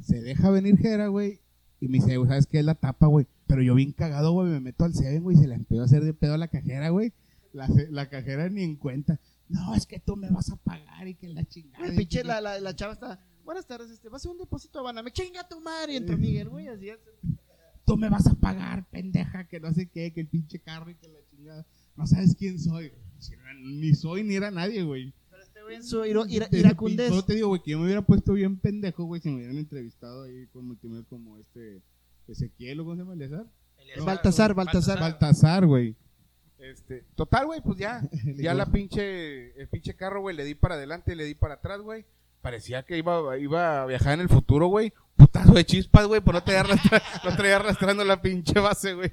Se deja venir Jera, güey. Y me dice, güey, ¿sabes qué es la tapa, güey? Pero yo bien cagado, güey, me meto al Seven, güey, y se la empezó a hacer de pedo a la cajera, güey. La, ce- la cajera ni en cuenta. No, es que tú me vas a pagar y que la chingada. Güey, y pinche que- la, la, la chava está. Buenas tardes, este. Va a ser un depósito a Baname. Chinga tu madre. Y entró Miguel, güey. Así es. Tú me vas a pagar, pendeja, que no sé qué, que el pinche carro y que la chingada. No sabes quién soy. Si no- Ni soy ni era nadie, güey. Pero este güey en su iro- ira- Ese iracundez. pin- Solo te digo, güey, que yo me hubiera puesto bien pendejo, güey, si me hubieran entrevistado ahí con multimedia como este Ezequiel o cómo se llama, Eleazar. Eleazar, Baltasar, güey. Baltasar. Baltasar, güey. Este, total, güey, pues ya. Le Ya digo, la pinche, el pinche carro, güey, le di para adelante, le di para atrás, güey. Parecía que iba, iba a viajar en el futuro, güey. Putazo de chispas, güey, por no traer arrastrando, no traer arrastrando la pinche base, güey.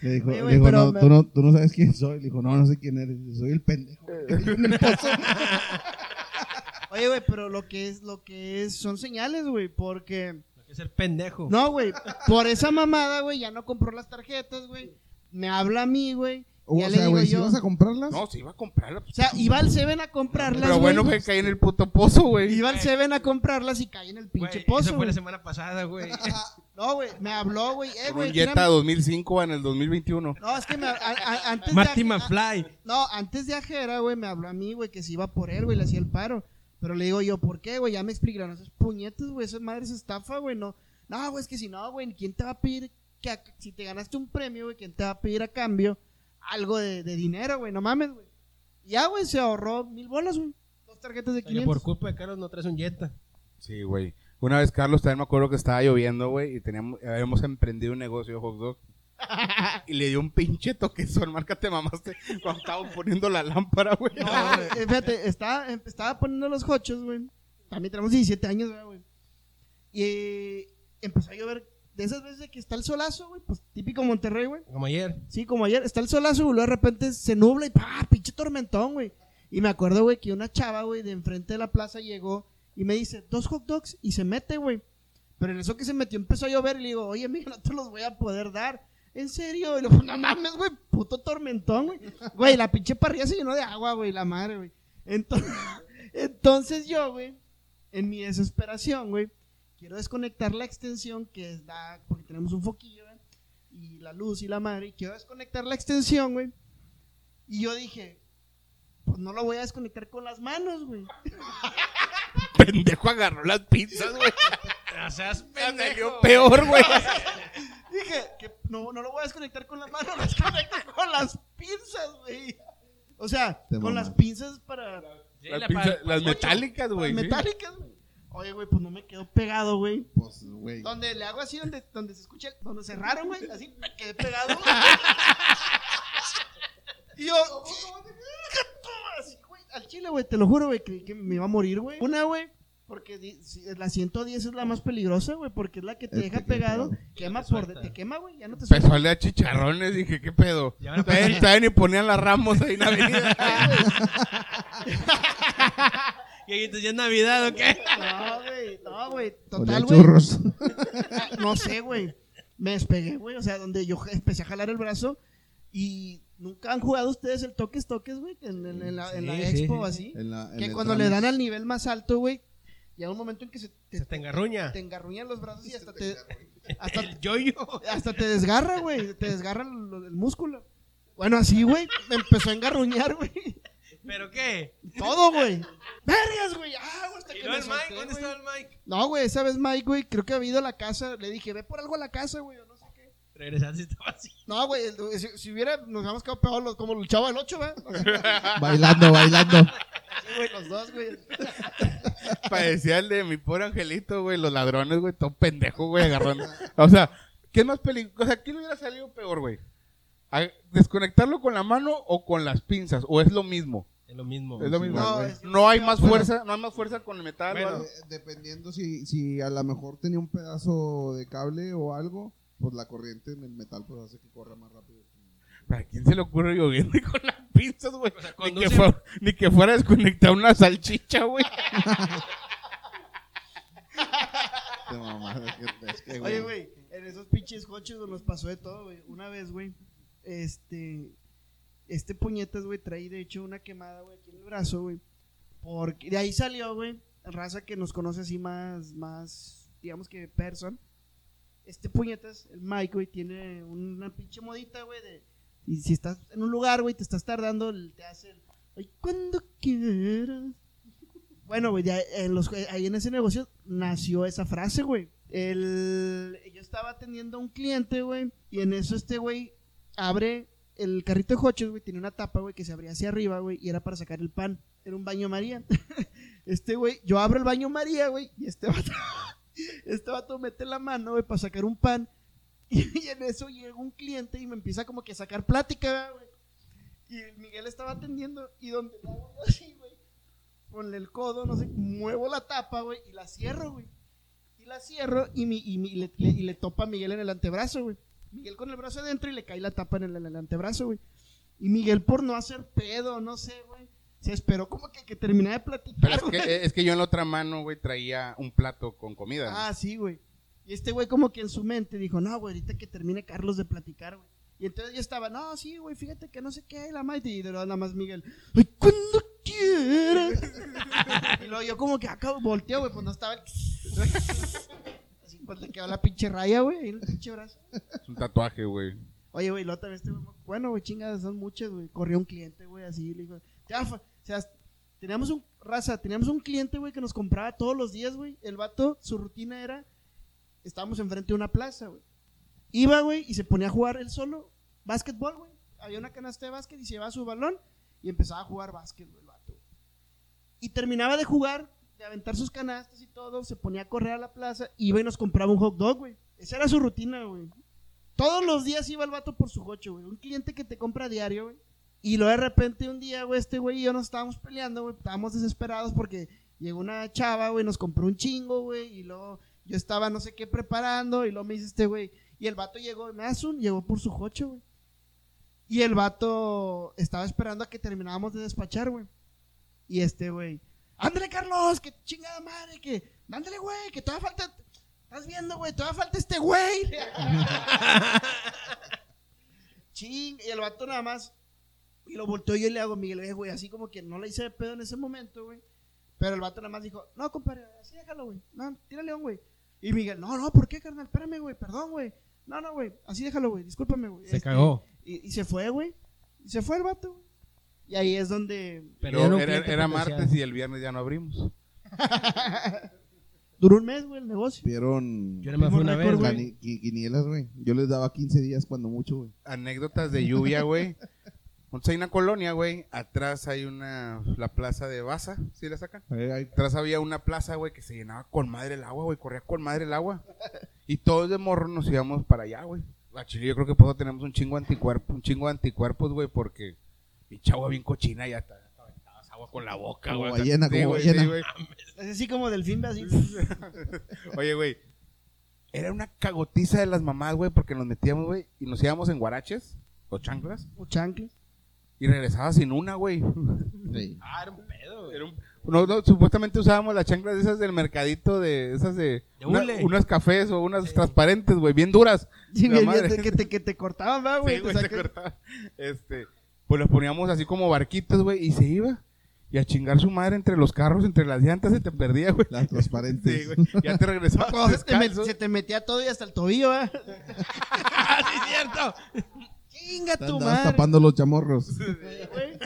Le dijo, Oye, le güey, dijo, pero no, me- tú no, tú no sabes quién soy. Le dijo, no, no sé quién eres. Soy el pendejo. Oye, güey, pero lo que es, lo que es, son señales, güey, porque... Hay que ser pendejo. No, güey, por esa mamada, güey, ya no compró las tarjetas, güey. Me habla a mí, güey. O Ya le sea, digo güey, si yo. vas a comprarlas, No, se iba a comprarla. O sea, iba al Seven a comprarlas, Pero bueno, güey. que caí en el puto pozo, güey. Iba al Seven a comprarlas y caí en el Güey, pinche pozo, Eso fue la güey. semana pasada, güey. No, güey, me habló, güey. Eh, Con güey, un Jetta tírame- 2005 en el 2021. No, es que me... a- a- antes de- Marty a- McFly. No, antes de Ajera, güey, me habló a mí, güey, que se iba por él, güey, le hacía el paro. Pero le digo yo, ¿por qué, güey? Ya me explicaron esas puñetas, güey, esas madres estafa, güey, no. No, güey, es que si no, güey, ¿quién te va a pedir que a- si te ganaste un premio, güey, quién te va a pedir a cambio algo de, de dinero, güey? No mames, güey. Y Ya, güey, se ahorró mil bolas, güey. Dos tarjetas de Oye, por 500. culpa de Carlos no traes un Jetta. Sí, güey. Una vez, Carlos, también me acuerdo que estaba lloviendo, güey, y teníamos, habíamos emprendido un negocio de hot dog. Y le dio un pinche toquezón, márcate, mamaste, cuando estábamos poniendo la lámpara, güey. No, güey, eh, fíjate, estaba, em- estaba poniendo los hochos, güey. También tenemos 17 años, ¿verdad, güey. Y eh, empezó a llover. De esas veces que está el solazo, güey, pues típico Monterrey, güey. Como ayer. Sí, como ayer, está el solazo, güey, luego de repente se nubla y ¡pah! pinche tormentón, güey. Y me acuerdo, güey, que una chava, güey, de enfrente de la plaza llegó y me dice, dos hot dogs, y se mete, güey. Pero en eso que se metió empezó a llover y le digo, oye, mija, no te los voy a poder dar. ¿En serio? Y le digo, no mames, güey, puto tormentón, güey. Güey, la pinche parrilla se llenó de agua, güey, la madre, güey. Entonces, entonces yo, güey, en mi desesperación, güey, quiero desconectar la extensión que da, porque tenemos un foquillo, güey y la luz y la madre, y quiero desconectar la extensión, güey. Y yo dije, pues no lo voy a desconectar con las manos, güey. Pendejo agarró las pizzas, güey. O sea, es Me salió pendejo. peor, güey. Dije, que no, no lo voy a desconectar con las manos, lo desconecto con las pinzas, güey. O sea, Te con mamas. las pinzas para Sí, Las, la pinzas- pa- las ocho. metálicas, güey. sí. metálicas, güey. Oye, güey, pues no me quedó pegado, güey. pues, güey. Donde le hago así, donde, donde se escucha, donde cerraron, güey, así me quedé pegado. güey. y yo, así, güey, al chile, güey, te lo juro, güey, creí que me iba a morir, güey. Una, güey, porque di- si- la 110 es la más peligrosa, güey, porque es la que te Es Este que Pues, deja queda pegado, pegado. quema te por, de- suelta. te quema, güey, ya no te suelta. Empezó a leer chicharrones, dije, ¿qué pedo? Ya van a Todavía poner- todavía ni ponían las ramos ahí en la avenida. Y ahí, entonces ya es Navidad, ¿o qué? No, güey, no, güey, Olía total, güey. churros. Ah, No sé, güey. Me despegué, güey. O sea, donde yo empecé a jalar el brazo. Y nunca han jugado ustedes el toques, toques, güey. En, en- en la, en la Sí, sí, expo sí. así. En la- en que el cuando le trans. dan al nivel más alto, güey. Llega un momento en que se te, Se te engarruña. te engarruñan los brazos y hasta te, hasta, El yoyo. hasta te desgarra, güey. Te desgarra lo- el músculo. Bueno, así, güey. Me empezó a engarruñar, güey. ¿Pero qué? Todo, güey. Vergas, güey. Ah, güey, hasta ¿Y que luego me el Mike? solté, ¿Dónde güey. estaba el Mike? No, güey, esa vez Mike, güey, creo que ha ido a la casa. Le dije, ve por algo a la casa, güey. o No, sé qué. Regresaste, estaba así. No, güey, el- si, si hubiera, nos habíamos quedado pegados los- como el chavo del 8, güey. Bailando, bailando. Sí, güey, los dos, güey. Parecía el de mi pobre angelito, güey. Los ladrones, güey. Todo pendejo, güey. Agarrando. O sea, ¿qué es más peligroso? O sea, ¿qué le hubiera salido peor, güey? ¿A- ¿Desconectarlo con la mano o con las pinzas? ¿O es lo mismo? Es lo mismo. Es lo mismo. No, No, es- hay más Bueno. fuerza. No hay más fuerza con el metal. Bueno. o algo. Eh, Dependiendo si, si a lo mejor tenía un pedazo de cable o algo, pues la corriente en el metal pues hace que corra más rápido. ¿A quién se le ocurre lloviendo con las pinzas, güey? O sea, ni, conduce- que fuera- ni que fuera a desconectar una salchicha, güey. Te mamadas, gente, es que, güey. Oye, güey, en esos pinches coches güey, nos pasó de todo, güey. Una vez, güey, este, este puñetas, güey, traí de hecho una quemada, güey, aquí en el brazo, güey. Porque de ahí salió, güey, raza que nos conoce así más, más, digamos que person. Este puñetas, el Mike, güey, tiene una pinche modita, güey, de... Y si estás en un lugar, güey, te estás tardando, el- te hace el... Ay, cuando quieras. Bueno, güey, ya en los- eh, ahí en ese negocio nació esa frase, güey. El, yo estaba atendiendo a un cliente, güey, y en eso este güey abre el carrito de coches, güey, tiene una tapa, güey, que se abría hacia arriba, güey, y era para sacar el pan. Era un baño María. este güey, yo abro el baño María, güey, y este vato, este vato mete la mano, güey, para sacar un pan. Y, en eso llega un cliente y me empieza como que a sacar plática, güey. Y el Miguel estaba atendiendo y donde la hago así, güey, ponle el codo, no sé, muevo la tapa, güey, y la cierro, güey. Y la cierro y, mi, y, mi- y le, le- y le topa a Miguel en el antebrazo, güey. Miguel con el brazo adentro y le cae la tapa en el, en el antebrazo, güey. Y Miguel por no hacer pedo, no sé, güey. Se esperó como que, que terminara de Pero platicar, es güey. que, eh, es que yo en la otra mano, güey, traía un plato con comida. Ah, sí, güey. Y este güey como que en su mente dijo, no, güey, ahorita que termine Carlos de platicar, güey. Y entonces yo estaba, no, sí, güey, fíjate que no sé qué, y la madre, y de luego nada más Miguel, ay, cuando quieras. y luego yo como que acá volteo, güey, pues no estaba el... Así, pues le quedó la pinche raya, güey, ahí en el pinche brazo. Es un tatuaje, güey. Oye, güey, la otra vez te Bueno, güey, chingadas, son muchas, güey. Corrió un cliente, güey, así, le dijo. Ya, fa- o sea, teníamos un. Raza, teníamos un cliente, güey, que nos compraba todos los días, güey. El vato, su rutina era. Estábamos enfrente de una plaza, güey. Iba, güey, y se ponía a jugar él solo. Básquetbol, güey. Había una canasta de básquet y se llevaba su balón y empezaba a jugar básquet, güey, el vato. Y terminaba de jugar, de aventar sus canastas y todo, se ponía a correr a la plaza, iba y nos compraba un hot dog, güey. Esa era su rutina, güey. Todos los días iba el vato por su coche, güey. Un cliente que te compra diario, güey. Y luego de repente un día, güey, este güey y yo nos estábamos peleando, güey. Estábamos desesperados porque llegó una chava, güey, nos compró un chingo, güey. Y luego yo estaba no sé qué preparando y luego me dice este güey. Y el vato llegó, me hace un, llegó por su coche, güey. Y el vato estaba esperando a que terminábamos de despachar, güey. Y este güey, ándale, Carlos, que chingada madre, que, ándale, güey, que todavía falta, estás viendo, güey, todavía falta este güey. Ching, y el vato nada más, y lo volteó yo y le hago, Miguel, eh, güey, así como que no le hice de pedo en ese momento, güey. Pero el vato nada más dijo, no, compadre, así déjalo, güey, no, tírale un, güey. Y Miguel, no, no, ¿por qué, carnal? Espérame, güey, perdón, güey. No, no, güey, así déjalo, güey, discúlpame, güey. Se Este, cagó. y, y se fue, güey. Y se fue el vato, güey. Y ahí es donde Pero Yo- era un era, cliente era potencial. martes y el viernes ya no abrimos. duró un mes, güey, el negocio. Vieron Yo nada más fui una vez, récord, güey. cani- qui- quinielas, güey. Yo les daba 15 días cuando mucho, güey. Anécdotas de lluvia, güey. Entonces hay una colonia, güey. Atrás hay una, la plaza de Baza, ¿sí la sacan? Ahí- ahí- Atrás había una plaza, güey, que se llenaba con madre el agua, güey. Corría con madre el agua. Y todos de morro nos íbamos para allá, güey. La chile, yo creo que por eso tenemos un chingo de anticuerpos, un chingo de anticuerpos, güey, porque mi chagua bien cochina y hasta hasta aventabas agua con la boca, Como güey. ballena, Sí, como güey, ballena. sí, güey. Es así como delfín, así. Oye, güey. Era una cagotiza de las mamás, güey, porque nos metíamos, güey, y nos íbamos en guaraches o chanclas O chancle. y regresaba sin una, güey. Sí. Ah, era un pedo, güey. Era un- no, no, supuestamente usábamos las chanclas esas del mercadito, de esas de, De una- hule. unas cafés o unas Sí. transparentes, güey, bien duras. Sí, La bien, madre. bien, que, te, que te cortaban, ¿verdad, güey. Te Sí, güey, se saca- cortaba. Este, pues los poníamos así como barquitos, güey, y se iba. y a chingar su madre entre los carros, entre las llantas, se te perdía, güey. Las transparentes. Sí, güey. Ya te regresaba. Cuando se te, met- descalzo. se te metía todo y hasta el tobillo, ¿eh? ¡Ah, sí, es cierto! Chinga Te tu andabas madre. tapando los chamorros. güey.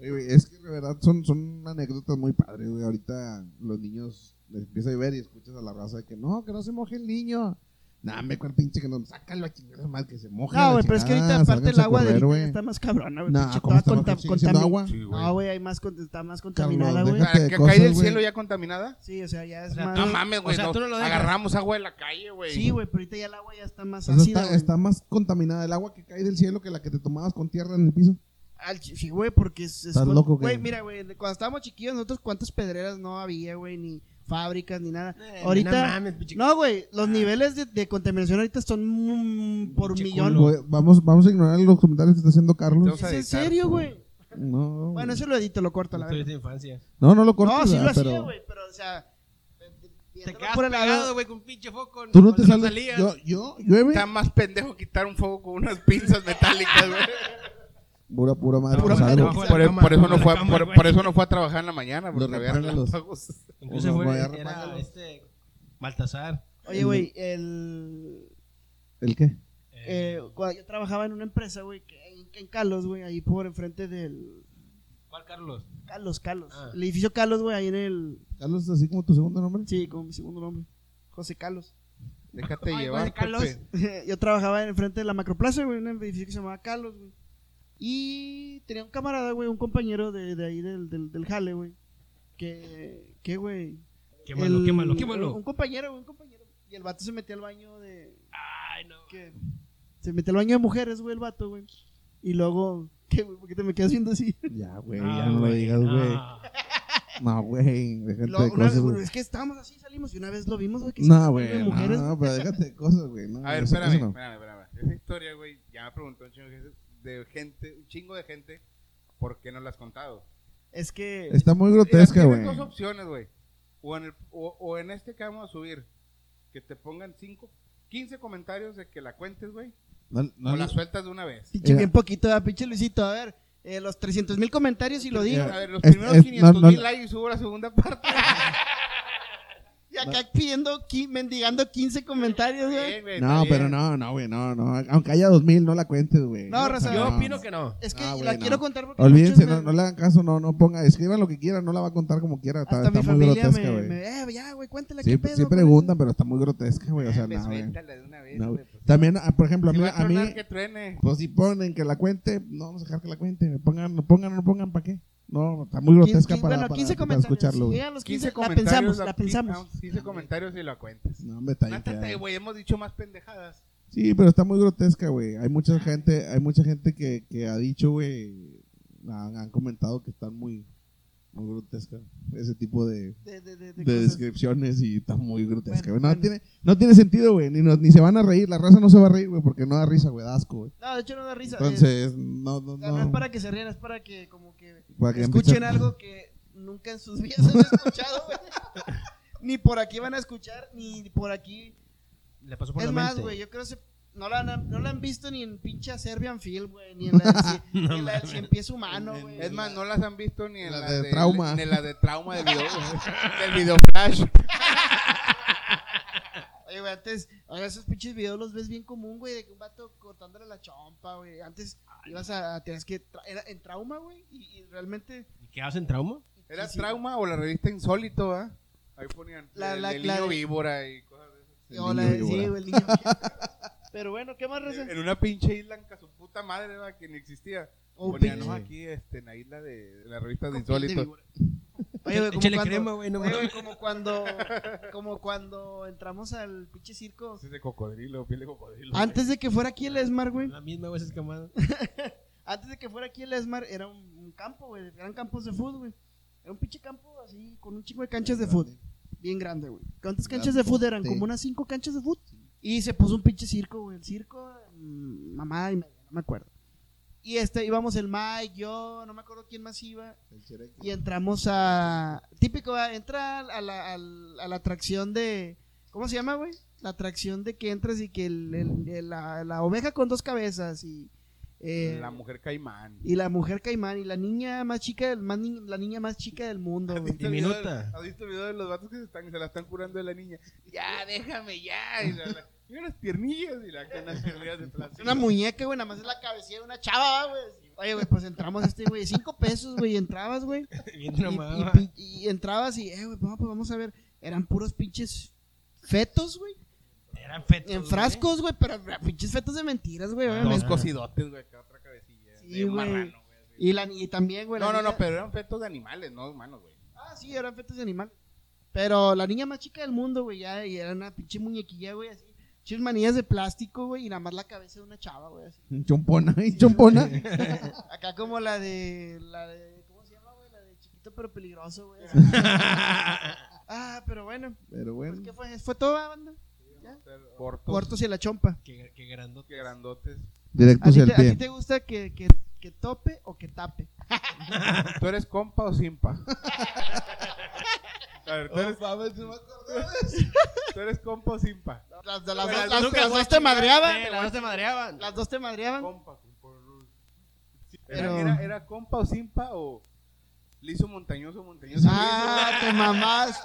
Oye, güey, es que de verdad son, son anécdotas muy padres, güey. Ahorita los niños les empieza a llover y escuchas a la raza de que no, que no se moje el niño. Nah, me cuál pinche que no, sácalo a chingar más que se moje. No, la güey, pero es que ahorita chingada, aparte el sálganse a agua de correr, güey. está más cabrona, güey. Nah, pinche, ¿cómo está toda mojado? conta- ¿Sigue siendo contami- agua? Sí, güey. No, güey, hay más, con- está más contaminada, Carlos, güey. O sea, déjate de ¿Que Ah, cosas, cae del güey. cielo ya contaminada? Sí, o sea, ya es O sea, más... No mames, güey. o sea, no- tú no lo dejas. agarramos agua de la calle, güey. Sí, güey, pero ahorita ya el agua ya está más Eso ácida, está, güey. está más contaminada el agua que cae del cielo que la que te tomabas con tierra en el piso. Al chi- Sí, güey, porque es... es- Estás loco, Güey, güey. mira, güey, de- cuando estábamos chiquillos nosotros cuántas pedreras no había, güey, ni fábricas, ni nada. Eh, No ahorita... mames, pinche- No, güey, los niveles de, de contaminación ahorita son mm, por Pinche millón. culo. Güey, vamos, vamos a ignorar los comentarios que está haciendo Carlos. Vamos a ¿Es en editar. serio, güey? No, güey. Bueno, eso lo edito, lo corto, la Tuviste verdad. infancia. no, no lo cortes. No, sí lo ¿verdad? hacía, pero- güey, pero, o sea... Te quedas Pura la- pegado, güey, con pinche foco. Tú no te cuando sales. salías. Yo, yo, llueve. Está más pendejo quitar un fuego con unas pinzas metálicas, güey. Pura, pura madre. Pura pues, madre, algo. abajo de la Por, e- cama, por eso abajo no de fue, la cama, por, güey. por eso no fue a trabajar en la mañana, porque Los vean reparan los- Incluso Uno fue, voy a era reparar. este Baltasar. Oye, güey, el... ¿El qué? Eh, eh, cuando yo trabajaba en una empresa, güey, que en, que en Carlos, güey, ahí por enfrente del... ¿Cuál Carlos? Carlos, Carlos. Ah. El edificio Carlos, güey, ahí en el... Carlos, así como tu segundo nombre. Sí, con mi segundo nombre. José Carlos. Déjate Ay, llevar, güey, Carlos. Pepe. pues. yo trabajaba en enfrente de la Macroplaza, güey, en un edificio que se llamaba Carlos, güey. Y tenía un camarada, güey, un compañero de, de ahí del, del, del jale, güey. Que, que, güey. Quémalo, el- quémalo, Un quémalo. compañero, güey, un compañero. Y el vato se metió al baño de, Ay, no. que se metió al baño de mujeres, güey, el vato, güey. Y luego, ¿qué, güey? ¿Por qué te me quedas viendo así? Ya, güey, Ah, ya no lo güey, digas, no. güey. No, güey, déjate Luego, de una vez, cosas, güey. es que estábamos así, salimos y una vez lo vimos, güey. que se metió No, al baño de güey, mujeres. no, no, pero déjate de cosas, güey. No, A ver, eso- espérame, eso no. espérame, espérame. Esa historia, güey, ya me preguntó un chingo de gente- de gente, un chingo de gente, ¿por qué no la has contado? Es que, Está muy Mira, grotesca, tienes güey. dos opciones, güey. O en, el, o, o en este que vamos a subir, que te pongan 5, 15 comentarios de que la cuentes, güey, No, no, o la sueltas de una vez. pinche Mira. bien poquito, ¿verdad, pinche Luisito, a ver, eh, los 300 mil comentarios y lo digo. Mira. A ver, los Es- primeros es- 500 no, mil no. likes y subo la segunda parte. Y acá pidiendo, qui- mendigando 15 comentarios, güey. Bien, güey, no, está bien. pero no, no, güey, no, no. Aunque haya 2000, no la cuentes, güey. No, raza, Yo Ah. No, opino que no. Es que No, güey, la no. quiero contar porque Olvídense, muchos no, me- no le hagan caso, no, no ponga, escriban lo que quieran, no la va a contar como quiera, está, hasta mi está muy familia grotesca, me, güey. me- eh, ya, güey, cuéntale Sí, qué pedo. sí con preguntan, pero está muy grotesca, güey, o sea, Ah, pues, no, güey. suéltala de una vez, No, güey, güey. pues. También, ah, por ejemplo, a Si mí, va a a mí, tronar, que truene. pues si ponen que la cuente, no vamos a dejar que la cuente, me pongan, no pongan, no pongan, ¿para qué? No, está muy eso. grotesca Quin- para, bueno, para- 15 para comentarios. escucharlo, si güey. llegan los 15, la pensamos, la pensamos. 15 comentarios y la cuentas. No, hombre, está bien fea. Mátate, güey, hemos dicho más pendejadas. Sí, pero está muy grotesca, güey. Hay mucha gente, hay mucha gente que, que ha dicho, güey, han, han comentado que están muy, muy grotesca ese tipo de, De, de, de, de de cosas. descripciones y está muy grotesca, Bueno, güey. No bueno. tiene, no tiene sentido, güey. Ni, nos- ni se van a reír, la raza no se va a reír, güey, porque no da risa, güey, da asco, güey. No, de hecho no da risa. eh, Entonces, no, no, O sea, no es no. para que se rían, es para que como que Para que escuchen empiecen- algo que nunca en sus vidas han escuchado, güey. ni por aquí van a escuchar, ni por aquí. Le pasó por es la más, mente. güey, yo creo que no la, han, no la han visto ni en pinche Serbian Film, güey, ni en la del, ci- ni en la del cien pies humano, güey. Es más, no las han visto ni en Las las de trauma. Ni en las de trauma del video, del video flash. Oye, güey, antes, oye, esos pinches videos los ves bien común, güey, de que un vato cortándole la chompa, güey. Antes ibas a, a- tenías que, tra- era en trauma, güey, y, y realmente... ¿Y ¿Qué hacen trauma? ¿Era sí, sí. trauma o la revista Insólito, ah? Ahí ponían La- el, la- el la niño de- víbora y cosas de esas. El Hola, niño sí, víbora. güey, el niño. Pero bueno, ¿qué más, Raza? En una pinche isla en que su puta madre ¿verdad? que ni existía. Oh, Ponían, pinche. no, aquí este, en la isla de, de la revista de Con piel de Insólito. víbora. Oye, güey, como Échale cuando- crema, güey, no oye, güey, mames. como cuando, como cuando entramos al pinche circo. Ese es de cocodrilo, piel de cocodrilo. Antes de que fuera aquí el Esmar, güey. La misma güey, esa escamada. Antes de que fuera aquí el Esmar, era un, un campo, güey. Eran campos de fútbol, güey. Era un pinche campo así, con un chingo de canchas de fútbol. Bien grande, güey. ¿Cuántas canchas de fútbol eran? Grandote. Como unas cinco canchas de fútbol. Y se puso un pinche circo, güey. El circo, mm, mamá y media, no me acuerdo. Y este, íbamos el Mike, yo, no me acuerdo quién más iba. El Shrek. y entramos a. Típico, ¿verdad? entra a la, al- a la atracción de. ¿Cómo se llama, güey? La atracción de que entras y que el- el- el- la, la oveja con dos cabezas y Eh, La mujer caimán. Y la mujer caimán y la niña más chica del más ni- la niña más chica del mundo, güey. ¿Has visto el video Diminuta. de- ¿Has visto el video de los vatos que se, están, se la están curando de la niña? Ya, déjame, ya. Y la- la- mira las piernillas y la cana piernillas de Es plástico. una muñeca, güey, nada más es la cabecilla de una chava, güey. Oye, güey, pues entramos a este, güey, cinco pesos, güey, y entrabas, güey. Bien y, traumado. y pin- y entrabas y, eh, güey, no, pues vamos a ver. Eran puros pinches fetos, güey. Eran fetos. En güey. frascos, güey, pero eh, pinches fetos de mentiras, güey, Ah, Dos obviamente. no. cosidotes, güey, acá otra cabecilla. Sí, de un güey. marrano, güey. así. Y, la, ni- y también, güey. la No, no, niña- no, pero eran fetos de animales, no humanos, güey. Ah, sí, eran fetos de animal. Pero la niña más chica del mundo, güey, ya y era una pinche muñequilla, güey, así. Pinches manillas de plástico, güey, y nada más la cabeza de una chava, güey, así. Chompona, y chompona. Acá como la de, la de, ¿cómo se llama, güey? La de chiquito pero peligroso, güey. así. ah, pero bueno, Pero pues, bueno. ¿qué fue? ¿Fue toda, banda? Cortos. Cortos y la chompa. Qué, qué grandote. Que grandotes. ¿A Directos ti, al te, a ti pie. te gusta que, que, que tope o que tape? ¿Tú eres compa o simpa? A ver, ¿tú eres, Oh, ¿tú eres compa o simpa? Las, las- las- Pero las- Lucas, las güey, dos te Sí, madreaban. las dos te madreaban. Las dos te madreaban. Compa. por- Era, Pero- era, era compa o simpa o liso montañoso montañoso. Ah, te mamás.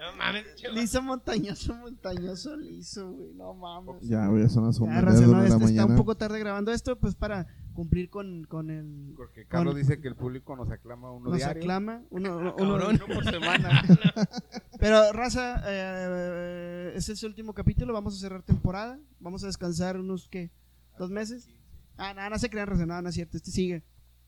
No mames, chaval. Liso montañoso, montañoso, liso, güey. No mames. Ya, güey, son las Ya, una raza, no, de la este- está un mañana. poco tarde grabando esto, pues para cumplir con, con el. Porque Carlos Con- dice que el público nos aclama uno Nos diario. aclama. Uno, uno- uno- Cabrón. Uno por semana. Pero, raza, eh, ese es el último capítulo. Vamos a cerrar temporada. Vamos a descansar unos, ¿qué? ¿Dos meses? Ah, nada, no se crean, raza. Nada, no es cierto. Este sigue.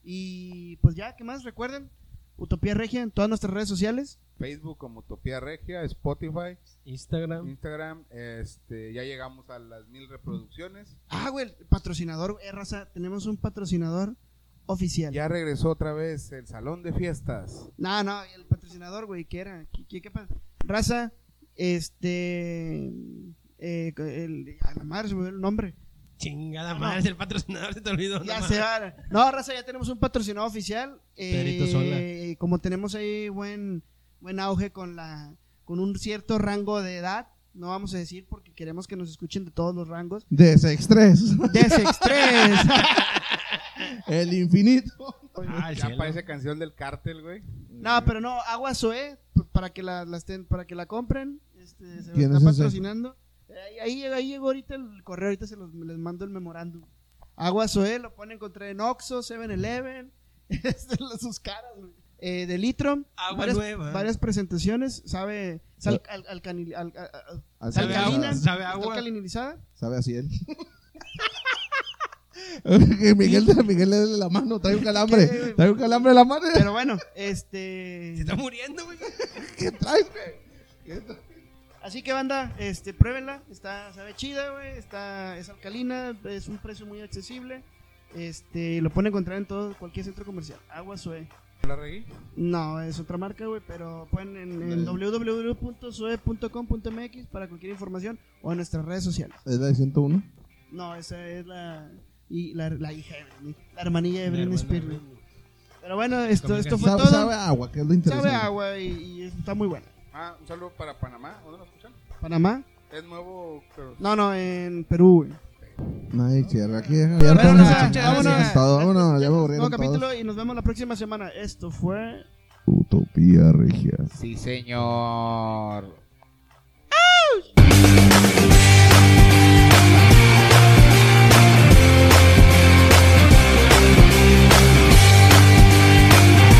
Y pues ya, ¿qué más? Recuerden, Utopía Regia en todas nuestras redes sociales. Facebook como Utopía Regia, Spotify, Instagram. Instagram. Este, ya llegamos a las mil reproducciones. Ah, güey, el patrocinador. Eh, raza, tenemos un patrocinador oficial. Ya regresó otra vez el salón de fiestas. No, no, el patrocinador, güey, que era. ¿Qué, qué- qué pa- Raza, este. eh, el- a la madre se me olvidó el nombre. Chingada No. madre, el patrocinador se te olvidó. Ya no se mames. va. No, Raza, ya tenemos un patrocinador oficial. eh, Pedrito Sola. Como tenemos ahí buen, buen auge con, la, con un cierto rango de edad, no vamos a decir porque queremos que nos escuchen de todos los rangos. De sex 3. De sex tres. El infinito. Ah, el ya cielo. aparece canción del cártel, güey. No, pero no, Agua Zoe, p- para que la, las ten- para que la compren, este, se ¿Quién está es ese? patrocinando. Eh, Ahí, llegó- ahí llegó ahorita el correo, ahorita se los, les mando el memorándum. Agua Zoe lo pueden encontrar en Oxxo, 7-Eleven, este, las- sus caras, güey. Eh, de litro, Agua varias, nueva. varias presentaciones, sabe, sal- al- alcanil- al- a- a- a- Así Sabe es, alcalina, sabe- agua, sabe está agua. alcalinizada. Sabe así él. Que Miguel, Miguel le dé la mano, trae un calambre. ¿Qué, güey? Trae un calambre en la mano. Pero bueno, Se este, está muriendo, güey. ¿Qué trae, güey? ¿Qué trae? Así que banda, este, pruébenla, está, sabe chida, güey, está, es alcalina, es un precio muy accesible, este, lo pueden encontrar en todo, cualquier centro comercial, Agua Sue. ¿La regué? No, es otra marca, güey, pero pueden en, en Mm. www.sue.com.mx para cualquier información o en nuestras redes sociales. Es la de 101. No, esa es la, y la, la hija de Britney, la hermanilla de La Britney hermana de Spears. güey. Pero bueno, esto, Como esto que fue Sabe, todo. sabe Sabe, a agua, que es lo interesante. agua y, y está muy buena. Ah, un saludo para Panamá. ¿Dónde lo escuchan? ¿Panamá? Es nuevo, pero No, no, en Perú, güey. Nadie cierra aquí. Deja abierto, Bueno, nos nada, escuchamos, vámonos. hijos, todo. Vámonos, ya me Nuevo aburrieron todos. capítulo y nos vemos la próxima semana. Esto fue Utopía Regia. Sí, señor.